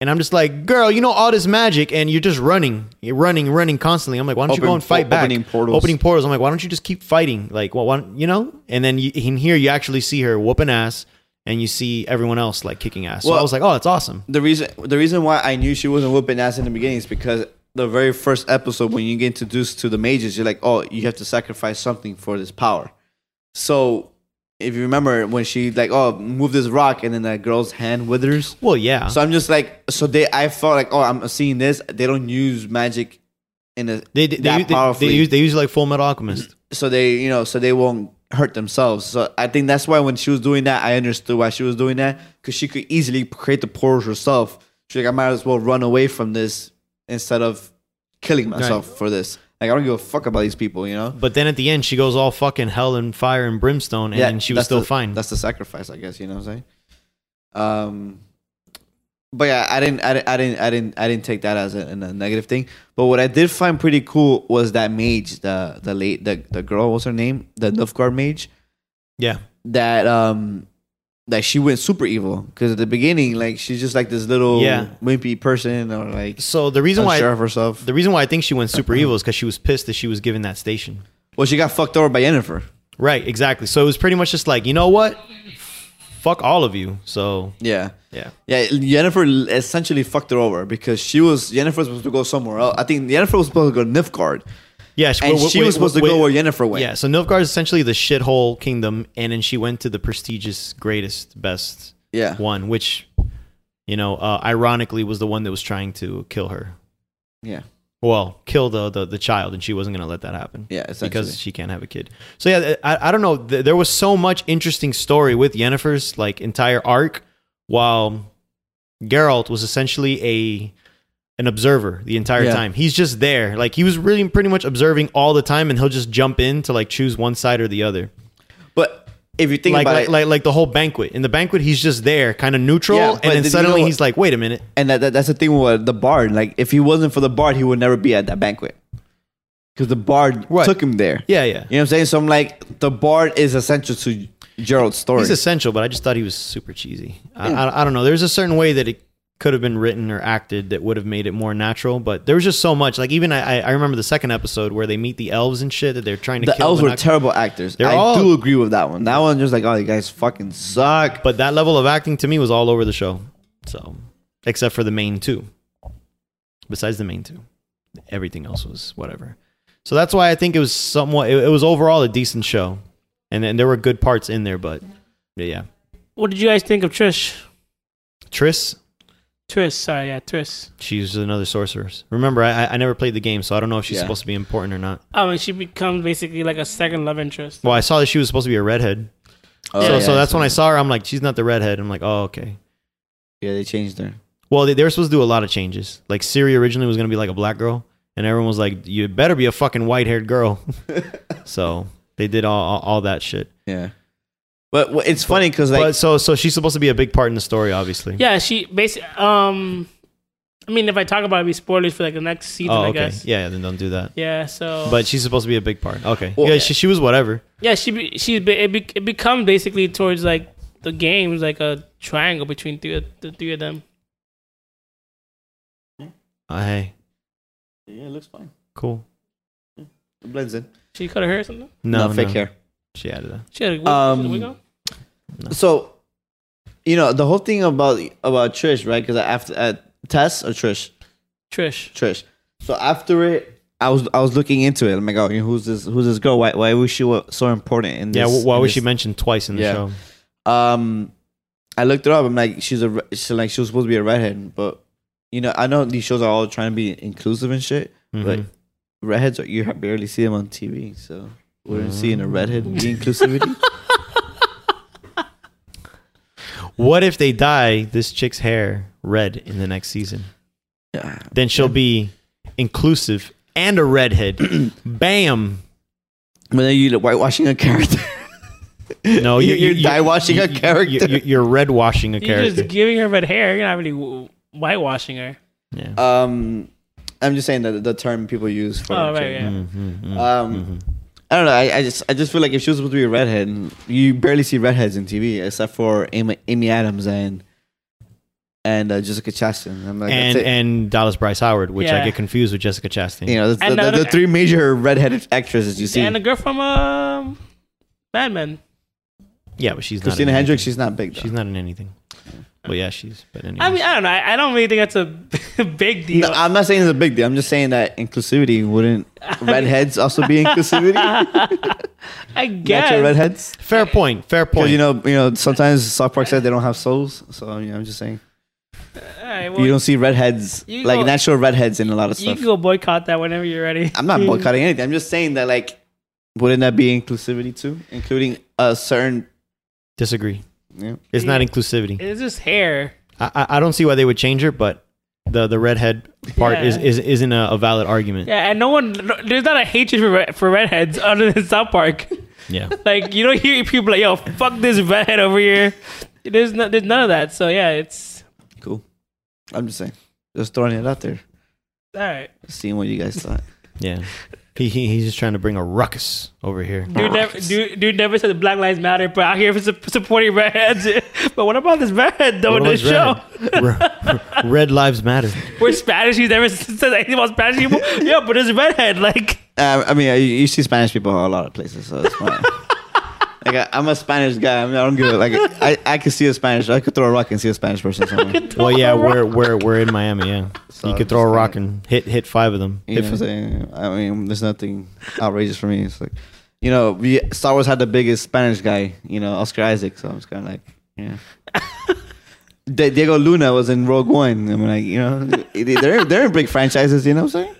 S2: and I'm just like, girl, you know all this magic, and you're just running, you're running, running constantly. I'm like, why don't you
S1: Open-
S2: go and fight
S1: o-
S2: back?
S1: opening portals.
S2: Opening portals. I'm like, why don't you just keep fighting? Like, what? Well, you know? And then you, in here, you actually see her whooping ass, and you see everyone else like kicking ass. So I
S1: Well-
S2: was like, oh, that's awesome.
S1: the reason the reason why I knew she wasn't whooping ass in the beginning is because the very first episode when you get introduced to the mages, you're like, oh, you have to sacrifice something for this power. So if you remember when she like, oh, move this rock, and then that girl's hand withers.
S2: Well, yeah.
S1: So I'm just like, so they, I felt like, oh, I'm seeing this. They don't use magic in a
S2: They they,
S1: that
S2: they, they,
S1: powerfully.
S2: use they use like Full Metal Alchemist.
S1: so they, you know, so they won't hurt themselves. So I think that's why when she was doing that, I understood why she was doing that because she could easily create the portals herself. She's like, I might as well run away from this instead of killing myself for this. Like I don't give a fuck about these people, you know.
S2: But then at the end, she goes all fucking hell and fire and brimstone, and she was
S1: that's
S2: still
S1: the-
S2: fine.
S1: That's the sacrifice, I guess. You know what I'm saying? Um, but yeah, I didn't, I didn't, I didn't, I didn't, I didn't take that as a, a negative thing. But what I did find pretty cool was that mage, the the late, the, the girl, what's her name, the Nilfgaard mage,
S2: yeah,
S1: that um, that she went super evil because at the beginning, like she's just like this little
S2: Yeah.
S1: wimpy person or like
S2: So the reason why
S1: unsure of herself.
S2: the reason why I think she went super evil is because she was pissed that she was given that station.
S1: well, she got fucked over by Yennefer.
S2: Right, exactly. So it was pretty much just like you know what, fuck all of you. So
S1: Yeah.
S2: yeah,
S1: Yeah, Jennifer essentially fucked her over because she was Jennifer was supposed to go somewhere else. I think Jennifer was supposed to go to Nifgard,
S2: yeah. She,
S1: and
S2: wait, wait,
S1: she
S2: wait,
S1: was supposed
S2: wait,
S1: to go
S2: wait.
S1: where Jennifer went.
S2: Yeah, so Nilfgaard is essentially the shithole kingdom, and then she went to the prestigious, greatest, best
S1: yeah,
S2: one, which, you know, uh, ironically was the one that was trying to kill her.
S1: yeah.
S2: well kill the, the the child and she wasn't going to let that happen
S1: Yeah, essentially.
S2: because she can't have a kid so yeah i, I don't know Th- there was so much interesting story with Yennefer's like entire arc while Geralt was essentially a an observer the entire
S1: Yeah.
S2: time he's just there like he was really pretty much observing all the time and he'll just jump in to like choose one side or the other
S1: But if you think
S2: like
S1: about
S2: like,
S1: it,
S2: like like the whole banquet in the banquet he's just there kind of neutral
S1: Yeah, but
S2: and then
S1: did you
S2: suddenly
S1: know-
S2: he's like wait a minute
S1: and that, that, that's the thing with the bard. Like, if he wasn't for the bard, he would never be at that banquet because the bard
S2: Right.
S1: took him there.
S2: yeah yeah
S1: you know what I'm saying. So I'm like, the bard is essential to Gerald's story.
S2: He's essential, but I just thought he was super cheesy. I, I, I don't know. There's a certain way that it could have been written or acted that would have made it more natural, but there was just so much. Like even I, I- I remember the second episode where they meet the elves and shit that they're trying to
S1: the
S2: kill.
S1: elves
S2: but
S1: were
S2: not-
S1: terrible actors.
S2: They're
S1: I
S2: all-
S1: do agree with that one. That one just like, oh, you guys fucking suck.
S2: But that level of acting to me was all over the show. So except for the main two. Besides the main two, everything else was whatever. So that's why I think it was somewhat. It, it was overall a decent show, and then there were good parts in there, but yeah.
S3: What did you guys think of Trish?
S2: Triss,
S3: Triss, sorry, yeah, Triss.
S2: She's another sorceress. Remember, I, I I never played the game, so I don't know if she's
S1: Yeah.
S2: supposed to be important or not.
S3: I mean, Oh, she becomes basically like a second love interest.
S2: Well, I saw that she was supposed to be a redhead,
S1: Oh,
S2: so
S1: yeah,
S2: so that's when I saw her. I'm like, she's not the redhead. I'm like, oh okay.
S1: yeah they changed her.
S2: Well, they, they were supposed to do a lot of changes. Like Siri originally was gonna be like a black girl, and everyone was like, you better be a fucking white haired girl. so they did all all, all that shit.
S1: Yeah. But well, it's funny because like
S2: but so so she's supposed to be a big part in the story, obviously.
S3: Yeah, she basically. Um, I mean, if I talk about it, it'd be spoilers for like the next season,
S2: Oh,
S3: I
S2: okay.
S3: guess.
S2: Yeah, yeah, then don't do that.
S3: Yeah, so.
S2: But she's supposed to be a big part. Okay.
S1: Well-
S2: yeah, she, she was whatever.
S3: yeah, she be, she's be, it, be, it becomes basically towards like the games like a triangle between three, of- the three of them.
S2: Uh, hey,
S1: yeah, it looks fine.
S2: cool.
S1: It blends in.
S3: She cut her hair or something.
S2: No, no,
S1: fake hair.
S2: She added that.
S3: She had a wig,
S1: Um,
S3: she had a wig on?
S1: So, you know the whole thing about about Trish, right? Because after uh, Tess or Trish,
S3: Trish.
S1: Trish. So after it, I was I was looking into it. I'm like, oh, you know, who's this? Who's this girl? Why why was she wa- so important in this?
S2: Yeah, wh- why
S1: in
S2: was
S1: this-
S2: she mentioned twice in the
S1: Yeah.
S2: show?
S1: Um, I looked her up. I'm like, she's a re- she's like she was supposed to be a redhead, but you know, I know these shows are all trying to be inclusive and shit, but redheads are, you barely see them on TV. So We're seeing a redhead inclusivity. Mm-hmm.
S2: What if they dye this chick's hair red in the next season?
S1: yeah.
S2: Then she'll be inclusive and a redhead. Bam.
S1: But then you're whitewashing a character.
S2: No,
S1: You-
S2: you- you-
S1: you're
S2: you-
S1: dye-washing a
S2: You-
S1: character.
S2: you- You're red washing a
S3: You're
S2: character.
S3: just giving her red hair. You're not really w- whitewashing her.
S2: Yeah.
S1: um, I'm just saying that the term people use for.
S3: Oh,
S1: a
S3: right,
S1: chick.
S3: yeah.
S2: Mm-hmm,
S1: Um, I don't know. I, I just I just feel like if she was supposed to be a redhead, you barely see redheads in TV except for Amy, Amy Adams and and uh, Jessica Chastain. I'm like,
S2: And
S1: that's it.
S2: and Dallas Bryce Howard, which I
S3: Yeah.
S2: get confused with Jessica Chastain.
S1: you know, that's the,
S3: And
S1: the, the
S3: another-
S1: three major redheaded actresses you see.
S3: And the girl from um, Mad Men.
S2: Yeah, but she's
S1: Christina
S2: not in
S1: Hendricks,
S2: anything.
S1: she's not big. Though.
S2: She's not in anything. Well, yeah, she's. But anyway,
S3: I mean, I don't know. I, I don't really think that's a big deal.
S1: No, I'm not saying it's a big deal. I'm just saying that inclusivity wouldn't redheads also be inclusivity?
S3: I
S1: Natural
S3: guess.
S1: redheads.
S2: fair point. Fair
S1: Because
S2: point.
S1: you know, you know, sometimes South Park said they don't have souls. So you know, I'm just saying
S3: All right, well,
S1: you
S3: you,
S1: don't see redheads
S3: You
S1: like
S3: go-
S1: natural redheads in a lot of stuff.
S3: can go boycott that whenever you're ready.
S1: I'm not boycotting anything. I'm just saying that like, wouldn't that be inclusivity too, including a certain?
S2: disagree.
S1: Yeah.
S2: It's not inclusivity.
S3: It's just hair.
S2: I, I I don't see why they would change her, but the the redhead part
S3: Yeah.
S2: is, is isn't a, a valid argument.
S3: Yeah, and no one. no- there's not a hatred for red, for redheads other than South Park.
S2: Yeah.
S3: Like you don't hear people like, "Yo, fuck this redhead over here." There's no, there's none of that. So yeah, it's
S1: Cool. I'm just saying, just throwing it out there,
S3: all right.
S1: seeing what you guys thought.
S2: Yeah. He, he he's just trying to bring a ruckus over here.
S3: Dude never, dude, dude never said Black Lives Matter, but out here for su- supporting redheads. but what about this redhead though
S2: What
S3: in
S2: about
S3: this show?
S2: redhead? Re- re- Red lives matter.
S3: We're Spanish. He's never said anything about Spanish people. yeah, but there's a redhead. Like,
S1: Uh, I mean, I, you see Spanish people in a lot of places, so it's fine. like I, I'm a Spanish guy. I, mean, I don't give a like. I, I could see a Spanish. I could throw a rock and see a Spanish person somewhere.
S2: Well, yeah, we're we're we're in Miami. Yeah,
S1: So
S2: you could
S1: I'm
S2: throw a
S1: just
S2: rock and hit hit five of them.
S1: You know what I'm saying? I mean, there's nothing outrageous for me. It's like, you know, we, Star Wars had the biggest Spanish guy, you know, Oscar Isaac. So I'm just kind of like, yeah. Di- Diego Luna was in Rogue One. I'm like, you know, they're they're in big franchises. You know what I'm saying?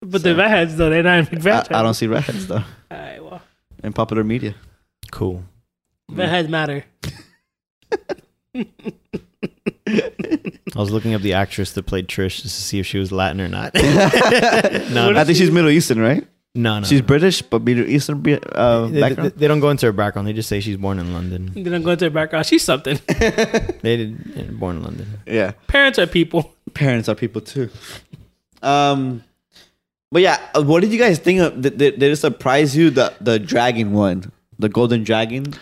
S3: but the redheads though, they're not in big
S1: I,
S3: franchise.
S1: I don't see redheads though
S3: All right, well,
S1: in popular media.
S2: Cool.
S3: redheads matter.
S2: I was looking up the actress that played Trish just to see if she was Latin or not. no,
S1: I think she's Middle Eastern, right?
S2: no, no.
S1: She's British, but Middle Eastern be- uh,
S2: they, they,
S1: background.
S2: they don't go into her background. They just say she's born in London.
S3: Then I'm going to her background. She's something.
S2: They did yeah, born in London.
S1: Yeah.
S3: Parents are people.
S1: parents are people too. Um, but yeah, uh, what did you guys think of? Did, did, did it surprise you the the dragon one, the golden dragon?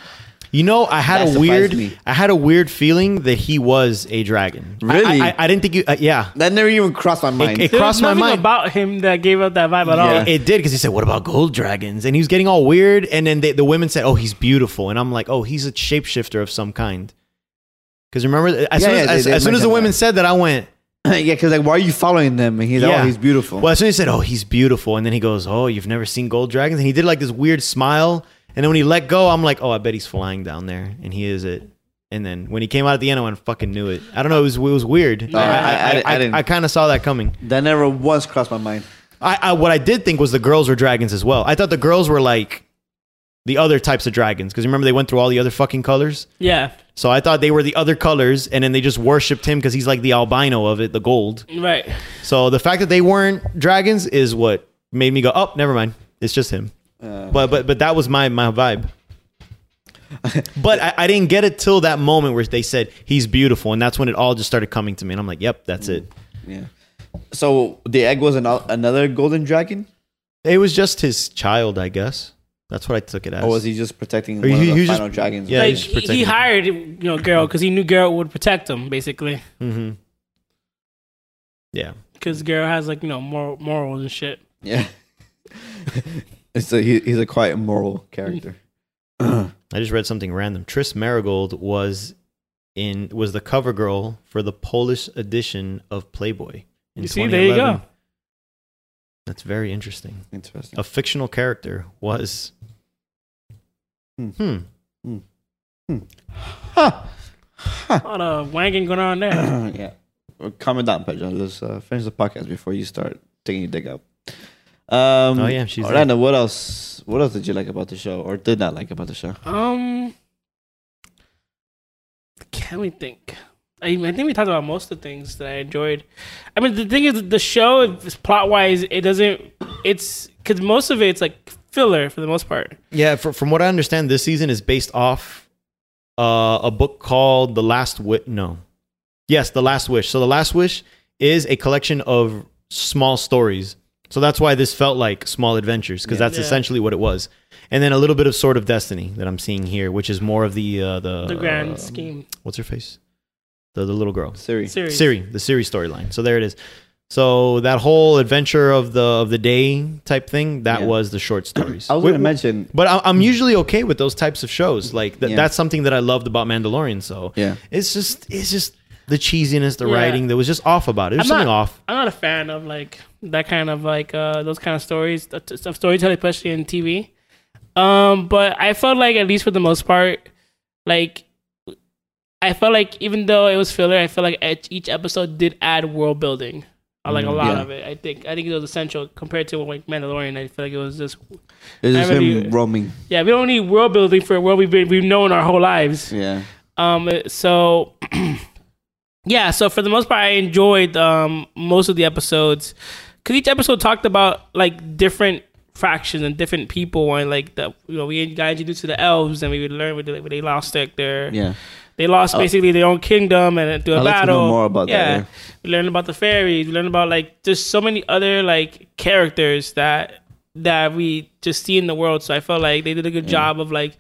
S2: You know, I
S1: That
S2: had a
S1: surprised
S2: weird,
S1: me.
S2: I had a weird feeling that he was a dragon. I-
S1: Really?
S2: I, I, I didn't think you. Uh, yeah,
S1: That never even crossed my mind.
S2: it-
S3: There
S2: Crossed
S3: was
S2: my
S3: nothing
S2: mind.
S3: about him that gave up that vibe at
S1: Yeah.
S3: all.
S2: it did because he said, "What about gold dragons?" And he was getting all weird. And then they, the women said, "Oh, he's beautiful," and I'm like, "Oh, he's a shapeshifter of some kind." Because remember, as
S1: Yeah,
S2: soon as,
S1: yeah, they-
S2: as,
S1: they
S2: as soon as the
S1: mentioned
S2: women
S1: that.
S2: said that, I went,
S1: yeah, because like, why are you following them? And he's like,
S2: Yeah.
S1: oh, he's beautiful.
S2: Well, as soon as he said, "Oh, he's beautiful," and then he goes, "Oh, you've never seen gold dragons," and he did like this weird smile, and then when he let go, I'm like, "Oh, I bet he's flying down there," and he is it. And then when he came out at the end, I went, "Fucking knew it." I don't know. It was it was weird.
S1: No, I- I- I didn't.
S2: kind of saw that coming.
S1: That never once crossed my mind.
S2: I, I what I did think was the girls were dragons as well. I thought the girls were like the other types of dragons because remember they went through all the other fucking colors.
S3: Yeah.
S2: So I thought they were the other colors, and then they just worshipped him because he's like the albino of it, the gold.
S3: Right.
S2: So the fact that they weren't dragons is what made me go, oh, never mind. It's just him.
S1: Uh.
S2: but but but that was my my vibe. but I, I didn't get it till that moment where they said he's beautiful, and that's when it all just started coming to me, and I'm like, yep, that's
S1: Mm.
S2: it.
S1: Yeah. So the egg was an, another golden dragon,
S2: It was just his child, I guess. That's what I took it as.
S1: or Oh, was he just protecting
S2: Or
S1: one
S2: he-
S1: of the
S2: he was just-
S1: final dragons?
S2: yeah,
S3: like
S2: he's
S3: he, he
S2: protecting-
S3: hired you know Geralt because he knew Geralt would protect him basically
S2: hmm Yeah.
S3: because Geralt has like you know moral, morals and shit.
S1: Yeah. so he, he's a quite immoral character.
S2: I just read something random. Tris Marigold was in was the cover girl for the Polish edition of Playboy. In
S3: You see, there you
S2: 2011.
S3: go.
S2: That's very interesting.
S1: Interesting.
S2: A fictional character was.
S1: Hmm.
S2: Hmm.
S3: A lot of wanking going on there.
S1: yeah. Well, Calm it down, Pedro. Let's uh, finish the podcast before you start taking your dick out. Um,
S2: Oh, yeah, she's there.
S1: Orlando. What else? What else did you like about the show, or did not like about the show?
S3: Um, can we think? I, I think we talked about most of the things that I enjoyed. I mean, the thing is, the show, plot wise, it doesn't. It's because most of it's like filler for the most part.
S2: Yeah, fr from what I understand, this season is based off uh, a book called The Last Wish. No. Yes, The Last Wish. So, The Last Wish is a collection of small stories. So, that's why this felt like small adventures, because that's
S3: Yeah.
S2: essentially what it was. And then a little bit of Sword of Destiny that I'm seeing here, which is more of the. Uh, the,
S3: The grand
S2: uh,
S3: scheme
S2: What's her face? The, the little girl.
S1: Siri.
S3: series.
S2: Siri, the Siri storyline. So, there it is. So that whole adventure of the of the day type thing, that
S1: Yeah.
S2: was the short stories.
S1: I was
S2: Wait,
S1: gonna
S2: wait,
S1: mention.
S2: but I, I'm usually okay with those types of shows. Like th-
S1: Hmm. Yeah.
S2: that's something that I loved about Mandalorian. So
S1: Yeah.
S2: it's just it's just the cheesiness, the
S3: Yeah.
S2: writing that was just off about it. There's
S3: I'm
S2: something
S3: not-
S2: off.
S3: I'm not a fan of like that kind of like uh, those kind of stories th- th- of storytelling, especially in TV. Um, but I felt like at least for the most part, like I felt like even though it was filler, I felt like each- each episode did add world building. I like a lot
S1: Yeah.
S3: of it. I think I think it was essential compared to like Mandalorian. I feel like it was just
S1: It's just
S3: Emily-
S2: uh,
S1: him roaming.
S3: yeah. We don't need world building for a world we've been, we've known our whole lives.
S1: Yeah.
S3: Um, so yeah, so for the most part, I enjoyed um most of the episodes because each episode talked about like different factions and different people and like the you know we got introduced to the elves and we would learn where they, where they lost like, their
S1: Yeah.
S3: they lost
S1: Oh.
S3: basically their own kingdom and through a
S1: I'd like to
S3: battle.
S1: know more about that, yeah.
S3: we learned about the fairies. We learned about like just so many other like characters that that we just see in the world. So I felt like they did a good job of like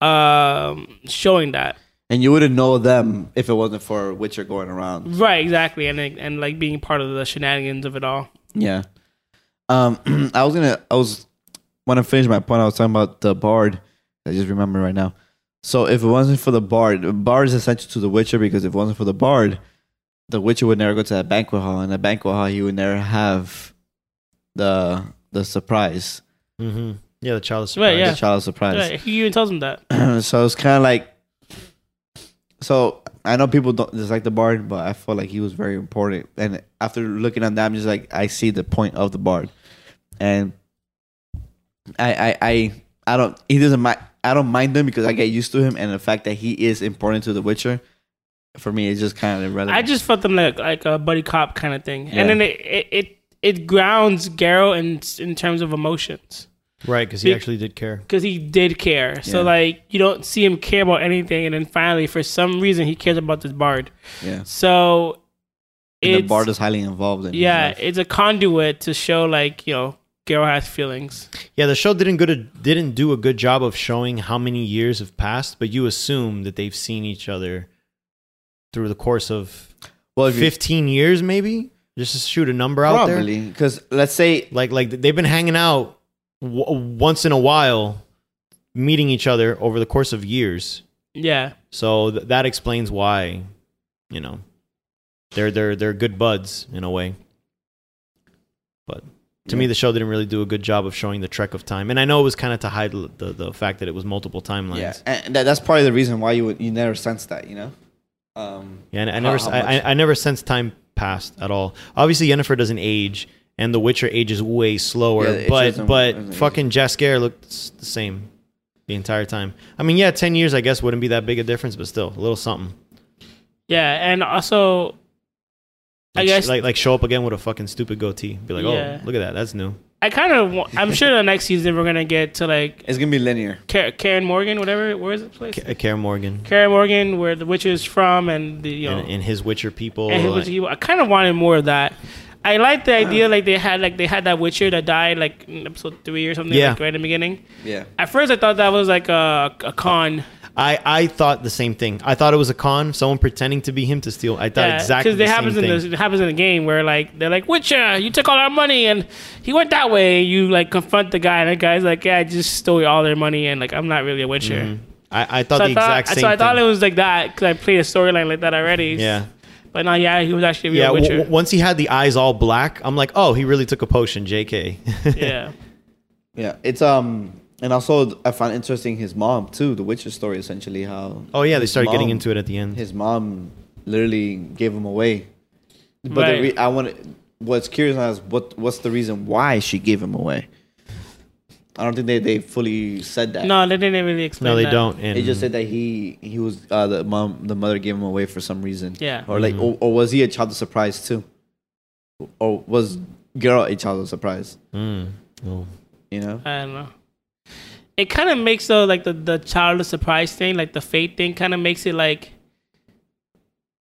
S3: um showing that.
S1: And you wouldn't know them if it wasn't for Witcher going around.
S3: Right, exactly, and and like being part of the shenanigans of it all.
S1: Yeah. Um, I was gonna. I was when I finished my point. I was talking about the bard. I just remember right now. So if it wasn't for the bard, bard is essential to the Witcher because if it wasn't for the bard, the Witcher would never go to that banquet hall, and the banquet hall he would never have the the surprise,
S2: Mm-hmm. Yeah, the child is
S3: Right,
S2: surprised.
S1: the
S3: yeah.
S1: child surprise.
S3: Right, he even tells him that.
S1: so it's kind of like so i know people don't dislike the bard but i felt like he was very important and after looking at that i'm just like i see the point of the bard and i i i, I don't he doesn't mind i don't mind him because i get used to him and the fact that he is important to the witcher for me it's just kind of irrelevant
S3: I just felt them like like a buddy cop kind of thing,
S1: Yeah.
S3: and then it it it, it grounds Geralt in in terms of emotions
S2: Right, because he
S3: Be-
S2: actually did care.
S3: because he did care. So
S1: Yeah.
S3: like you don't see him care about anything, and then finally for some reason he cares about this bard.
S1: yeah
S3: So
S1: and the
S3: it's
S1: bard is highly involved in his
S3: yeah,
S1: life.
S3: it's a conduit to show like you know Geralt has feelings.
S2: Yeah, the show didn't good didn't do a good job of showing how many years have passed, but you assume that they've seen each other through the course of
S1: well if you,
S2: fifteen years, maybe. Just to shoot a number out there.
S1: probably because let's say
S2: like like they've been hanging out w- once in a while meeting each other over the course of years
S3: Yeah,
S2: so th- that explains why you know they're they're they're good buds in a way but to me the show didn't really do a good job of showing the trek of time and i know it was kind of to hide l- the, the fact that it was multiple timelines
S1: yeah
S2: yeah,
S1: and that, that's probably the reason why you would you never sense that you know um
S2: and i
S1: How-
S2: never
S1: how
S2: s- I,
S1: much?
S2: I- I never sensed time passed at all obviously yennefer doesn't age and the witcher ages way slower
S1: Yeah, it
S2: but
S1: doesn't- doesn't
S2: but
S1: age.
S2: fucking jaskier looked s- the same the entire time. I mean, yeah, ten years I guess wouldn't be that big a difference, but still a little something.
S3: yeah, and also I
S2: Like, sh-
S3: guess-
S2: like like show up again with a fucking stupid goatee, be like,
S3: Yeah.
S2: oh, look at that, that's new.
S3: I kind of I'm sure the next season we're gonna get to like
S1: it's gonna be linear
S3: Ka- Karen Morgan, whatever. Where is it place?
S2: Ca- Kaer uh, Morgan
S3: Karen Morgan, where the witch is from, and the you know,
S2: and, and his Witcher people.
S3: and it was-
S2: like- Uh.
S3: he- I kind of wanted more of that. I like the idea, like they had, like they had that Witcher that died, like in episode three or something,
S2: Yeah.
S3: like right in the beginning.
S1: yeah
S3: At first, I thought that was like a, a con.
S2: I I thought the same thing. I thought it was a con, someone pretending to be him to steal. I thought
S3: Yeah,
S2: exactly the
S3: it
S2: same
S3: happens
S2: thing.
S3: in the, it happens in the game where like they're like Witcher, you took all our money, and he went that way. You like confront the guy, and the guy's like, yeah, I just stole all their money, and like I'm not really a Witcher.
S2: Mm-hmm. I, I thought
S3: So,
S2: the
S3: I thought,
S2: exact same
S3: so I thought it
S2: thing.
S3: was like that because I played a storyline like that already.
S2: yeah.
S3: But now, yeah, he was actually a real
S2: Yeah, w-
S3: Witcher.
S2: w- once he had the eyes all black, I'm like, oh, he really took a potion, JK.
S3: yeah.
S1: Yeah, it's um, and also I found interesting his mom too, the Witcher story essentially. How
S2: oh, yeah, they
S1: his
S2: started getting
S1: mom-
S2: into it at the end.
S1: His mom literally gave him away, but the
S3: Right.
S1: re- I want what's curious now is what what's the reason why she gave him away? I don't think they, they fully said that.
S3: No, they didn't really explain.
S2: No, they
S3: that.
S2: don't. And
S1: They just said that he he was uh, the mom the mother gave him away for some reason.
S3: Yeah.
S1: Or
S2: Mm-hmm.
S1: like or, or was he a child of surprise too? Or was girl a child of surprise?
S2: Mm. Oh.
S1: You know?
S3: I don't know. It kind of makes though like the the child of surprise thing, like the fate thing, kind of makes it like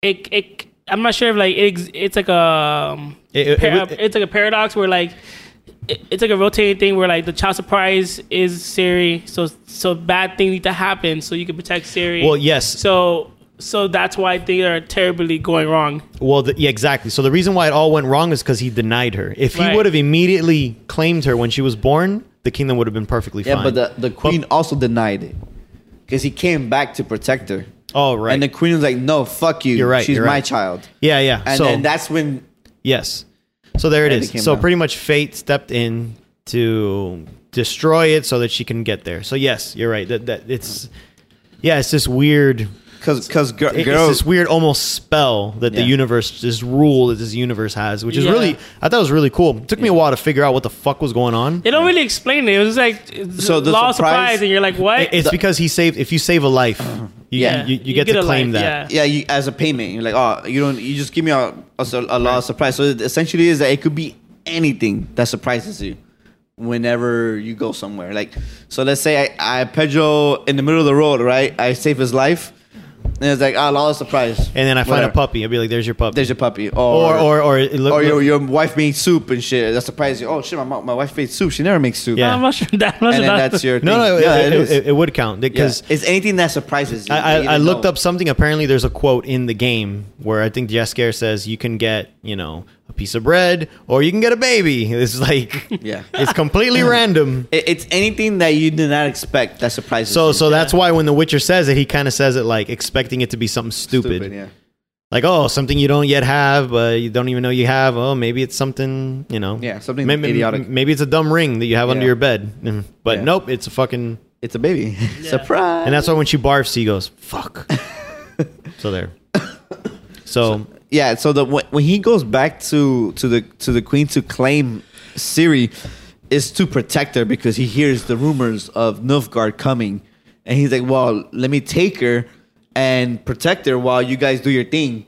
S3: it it. I'm not sure if like it, ex- it's like a um,
S2: It- it-
S3: para-
S2: it-
S3: it's like a paradox where like it, it's like a rotating thing where like the child surprise is Siri, so so bad things need to happen so you can protect Siri.
S2: Well, yes.
S3: so so that's why things are terribly going wrong.
S2: Well, the, yeah, exactly. So the reason why it all went wrong is because he denied her. If
S3: Right.
S2: he would have immediately claimed her when she was born, the kingdom would have been perfectly
S1: Yeah,
S2: fine.
S1: but the, the queen also denied it. Because he came back to protect her.
S2: oh right,
S1: And the queen was like, No, fuck you.
S2: You're right,
S1: She's
S2: you're
S1: my
S2: right."
S1: child.
S2: yeah, yeah.
S1: And
S2: so
S1: then that's when
S2: yes, so there it
S1: And it came
S2: is. So
S1: out.
S2: pretty much fate stepped in to destroy it so that she can get there. So yes, you're right. That that it's yeah, it's this weird.
S1: cause cause gir-
S2: it-
S1: girl
S2: It's this weird almost spell that the
S1: Yeah.
S2: universe, this rule that this universe has, which is
S3: Yeah.
S2: really, I thought it was really cool. It took me a while to figure out what the fuck was going on.
S3: They don't really explain it. It was just like it's
S1: So the
S3: law
S1: surprise-
S3: of surprise, and you're like, what?
S2: It- It's because he saved. If you save a life, you,
S1: Yeah.
S2: you, you, get,
S3: a
S2: to claim
S3: life,
S2: that.
S1: yeah,
S3: Yeah.
S1: you, as a payment, you're like, oh, you don't, you just give me a a, sur- a lot of surprise. So it essentially is that it could be anything that surprises you whenever you go somewhere. Like, so let's say I, I Pedro in the middle of the road, right? I save his life, and it's like, oh, lot of surprise.
S2: And then I find
S1: Whatever.
S2: a puppy. I'd be like, "There's your puppy."
S1: There's your puppy,
S2: or
S1: or
S2: or or, it look-
S1: or Oh, your,
S2: look-
S1: your wife made soup and shit. That surprises you. Oh shit, my mo- my wife made soup. She never makes soup.
S2: Yeah.
S3: I'm not sure that. I'm
S1: And
S3: not sure
S1: then
S3: that-
S1: that's your
S2: no,
S1: thing.
S2: no,
S1: yeah, it
S2: it, it-
S1: is.
S2: it- it would count because.
S1: Yeah. it's anything that surprises you.
S2: I,
S1: that you
S2: I, I
S1: didn't
S2: looked
S1: know.
S2: up something. Apparently, there's a quote in the game where I think Jesker says you can get, you know, a piece of bread or you can get a baby. It's like,
S1: Yeah.
S2: it's completely random.
S1: It- it's anything that you did not expect that surprises
S2: So,
S1: you.
S2: so that's why when The Witcher says it, he kind of says it like expecting it to be something stupid.
S1: yeah.
S2: like oh something you don't yet have but you don't even know you have oh maybe it's something you know
S1: Yeah, something
S2: maybe,
S1: idiotic.
S2: maybe it's a dumb ring that you have under
S1: Yeah.
S2: your bed Mm. but
S1: Yeah.
S2: nope it's a fucking
S1: It's a baby. Surprise.
S2: and that's why when she barfs he goes fuck so there so,
S1: yeah, so the when when he goes back to to the to the queen to claim Siri is to protect her because he hears the rumors of Nilfgaard coming and he's like, "Well, let me take her and protect her while you guys do your thing."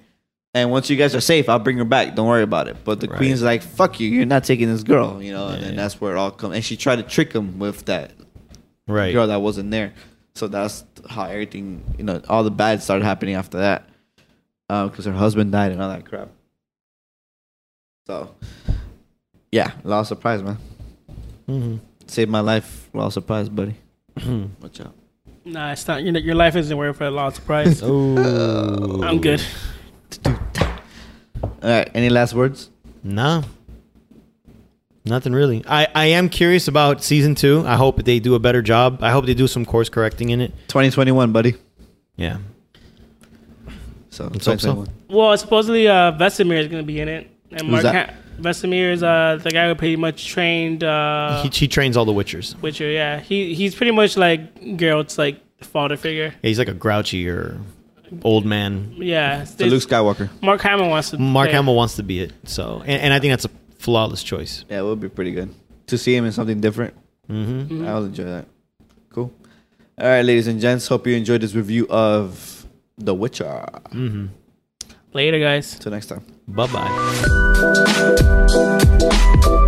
S1: And once you guys are safe, I'll bring her back. Don't worry about it. But the
S2: Right.
S1: queen's like, "Fuck you! You're not taking this girl," you know. and then
S2: yeah.
S1: that's where it all comes. And she tried to trick him with that
S2: right
S1: girl that wasn't there. So that's how everything, you know, all the bad started happening after that. Because her husband died and all that crap. So, yeah, a lot of surprise, man.
S2: Mhm.
S1: Saved my life. A lot of surprise, buddy. Watch out.
S3: Nah, it's not. Your, your life isn't worth a lot of surprise.
S2: oh
S3: I'm good.
S1: All right, any last words?
S2: nah nothing really I, I am curious about season two i hope they do a better job i hope they do some course correcting in it
S1: 2021, buddy.
S2: yeah
S1: So,
S2: Let's hope so.
S1: 2021.
S3: Well, supposedly uh, Vesemir is gonna be in it, and Mark
S1: that?
S3: Ha- Vesemir is uh, the guy who pretty much trained uh,
S2: he, he trains all the witchers
S3: Witcher. Yeah, he he's pretty much like Geralt's like father figure.
S2: Yeah, he's like a grouchy or old man.
S3: Yeah,
S1: So, Luke Skywalker.
S3: Mark Hamill wants to.
S2: Mark
S3: play.
S2: Hamill wants to be it, so and, and I think that's a flawless choice.
S1: Yeah, it would be pretty good to see him in something different.
S2: hmm
S1: I'll enjoy that. Cool. All right, ladies and gents, hope you enjoyed this review of The Witcher.
S3: Later, guys.
S1: Till next time.
S2: Bye bye.